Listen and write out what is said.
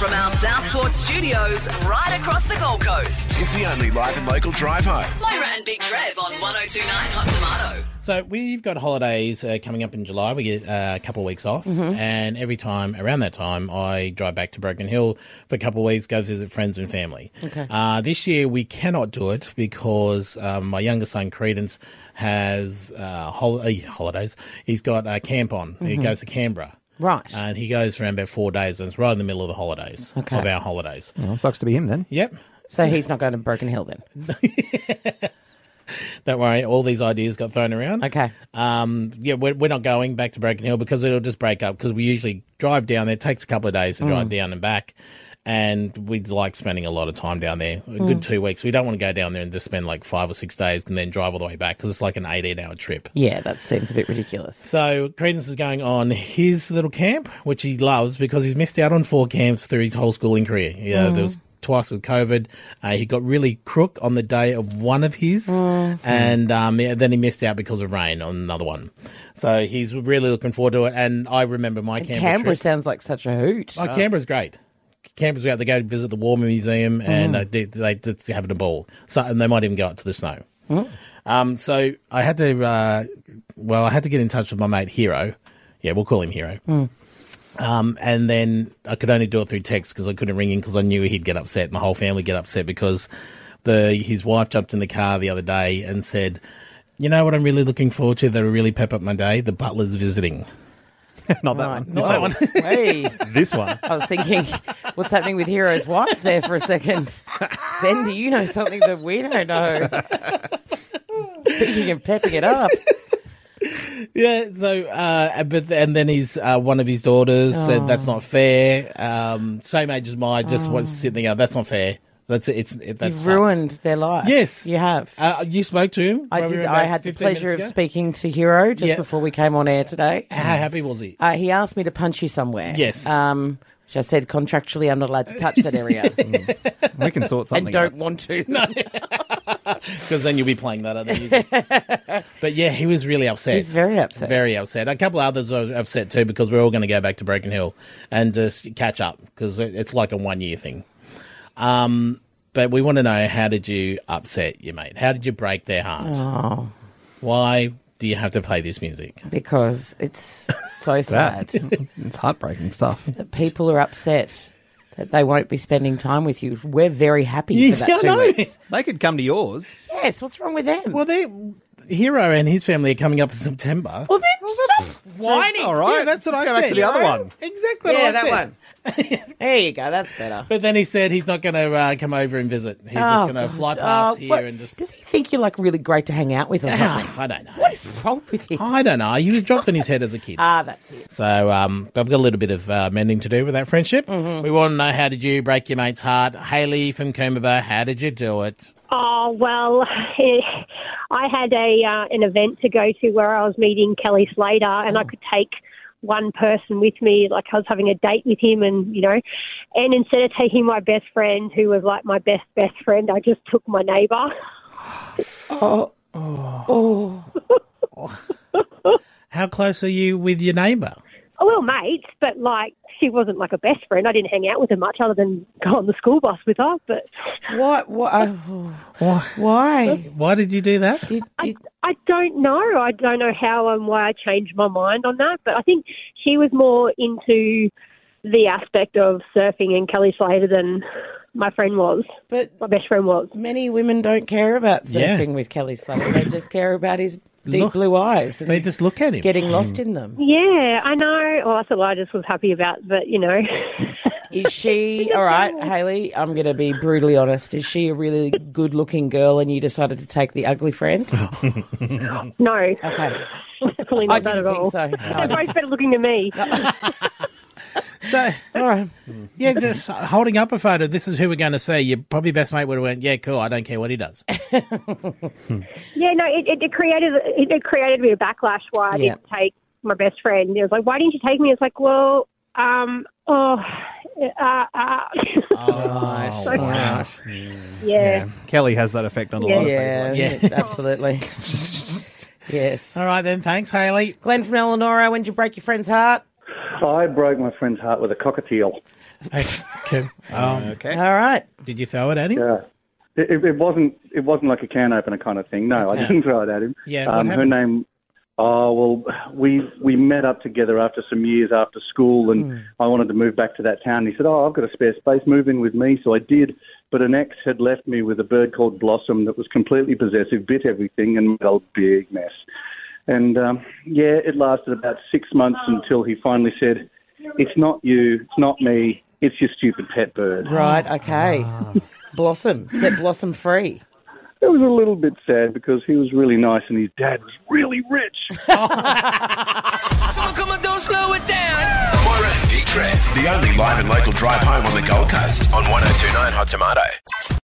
from our Southport studios right across the Gold Coast. It's the only live and local drive home. Moira and Big Trev on 1029 Hot Tomato. So we've got holidays uh, coming up in July. We get uh, a couple of weeks off, Mm-hmm. and every time around that time, I drive back to Broken Hill for a couple of weeks, go visit friends and family. Okay. Uh, this year we cannot do it because um, my younger son Credence has uh, hol- uh, holidays. He's got a camp on. He goes to Canberra. Mm-hmm. Right. And he goes for around about four days, and it's right in the middle of the holidays Okay. of our holidays. Well, sucks to be him then. Yep. so he's not going to Broken Hill then. Don't worry, all these ideas got thrown around. Okay. Um, yeah, we're, we're not going back to Broken Hill because it'll just break up because we usually drive down there. It takes a couple of days to drive down and back. And we like spending a lot of time down there, a good two weeks. We don't want to go down there and just spend like five or six days and then drive all the way back because it's like an 18 hour trip. Yeah, that seems a bit ridiculous. So Credence is going on his little camp, which he loves because he's missed out on four camps through his whole schooling career. Yeah, there was twice with COVID. Uh, he got really crook on the day of one of his, and um, yeah, then he missed out because of rain on another one. So he's really looking forward to it. And I remember my camp. Canberra sounds like such a hoot. Oh, Canberra's great. Canberra's great. They go visit the War Museum and uh, they, they just have it a ball. So, and they might even go out to the snow. Um, so I had to, uh, well, I had to get in touch with my mate Hero. Yeah, we'll call him Hero. Um, and then I could only do it through text because I couldn't ring in because I knew he'd get upset. My whole family get upset because the his wife jumped in the car the other day and said, "You know what I'm really looking forward to? That'll really pep up my day. The butler's visiting." Not that uh, Right. one. This Oh, one. Hey, this one. I was thinking, what's happening with Hero's wife there for a second? Ben, do you know something that we don't know? Speaking of pepping it up, Yeah. So, uh, but and then his uh, one of his daughters said Oh. that's not fair. Um, same age as mine, just was sitting there. That's not fair. That's it's it, that's you've ruined their life. Yes. you have. Uh, you spoke to him. I probably did. about I had the 15 minutes pleasure of ago? speaking to Hero just Yeah. before we came on air today. How happy was he? Uh, he asked me to punch you somewhere. Yes. Um, which I said contractually I'm not allowed to touch that area We can sort something. and don't out. want to. Because then you'll be playing that other music. but yeah, he was really upset. He's very upset. Very upset. A couple of others are upset too because we're all going to go back to Broken Hill and just catch up because it's like a one year thing. Um, but we want to know how did you upset your mate? How did you break their heart? Oh. Why do you have to play this music? because it's so That. sad. It's heartbreaking stuff. that people are upset that they won't be spending time with you. We're very happy for that Yeah, I two know. weeks. They could come to yours. Yes, what's wrong with them? Well, they Hero and his family are coming up in September. well then stop whining. All right. Yeah, that's what Let's I go back said. to the other one. Exactly. what Yeah, I that said. one. there you go. That's better. But then he said he's not going to uh, come over and visit. He's just Oh, going to fly God. past Oh, here what- and just. Does he think you're like really great to hang out with or something? I don't know. what is wrong with you? I don't know. He was dropped on his head as a kid. Ah, that's it. So um, I've got a little bit of uh, mending to do with that friendship. We want to know how did you break your mate's heart? Haley from Coomera, how did you do it? Oh well, eh, I had a uh, an event to go to where I was meeting Kelly Slater, and I could take one person with me. Like I was having a date with him, and you know, and instead of taking my best friend, who was like my best best friend, I just took my neighbour. How close are you with your neighbour? Oh, well, mates, but like she wasn't like a best friend. I didn't hang out with her much, other than go on the school bus with her. But What? What? oh, why? Why did you do that? You- you- I don't know. I don't know how and why I changed my mind on that, but I think she was more into the aspect of surfing and Kelly Slater than my friend was, but my best friend was. many women don't care about Yeah. surfing with Kelly Slater. They just care about his deep Look. blue eyes and They Hmm. just look at him. getting lost in them. Yeah, I know. Well, that's what I just was happy about, but you know, Is she all right, Haley? I'm going to be brutally honest. Is she a really good-looking girl, and you decided to take the ugly friend? Oh. no, Okay, definitely I not that didn't at think all. so. They're both better looking than me. So All right, yeah, just holding up a photo. This is who we're going to see. Your probably best mate would have went, yeah, cool. I don't care what he does. Yeah, no, it, it, it created it, it created a bit of backlash why Yeah. I didn't take my best friend. It was like, why didn't you take me? It's like, well, um, oh, uh, uh. Oh, wow. yeah. Kelly has that effect on a lot of yeah, Yeah. absolutely. yes, All right then. Thanks, Haley. Glenn from Eleanor. When did you break your friend's heart? I broke my friend's heart with a cockatiel. Okay. Um, Okay. All right. Ah. Did you throw it at him? Yeah. It, it, it wasn't. It wasn't like a can opener kind of thing. No, I didn't throw it at him. Yeah, what Um, her happened? name. Oh well, we we met up together after some years after school, and Hmm. I wanted to move back to that town. And he said, "Oh, I've got a spare space. Move in with me." So I did. But an ex had left me with a bird called Blossom that was completely possessive, bit everything, and made a big mess. And um, yeah, it lasted about six months until he finally said, "It's not you. It's not me. It's your stupid pet bird." Right. Okay. Ah. Blossom. Set Blossom free. It was a little bit sad because he was really nice and his dad was really rich. Moira and Big Trev, the only live and local drive home on the Gold Coast on 1029 Hot Tomato.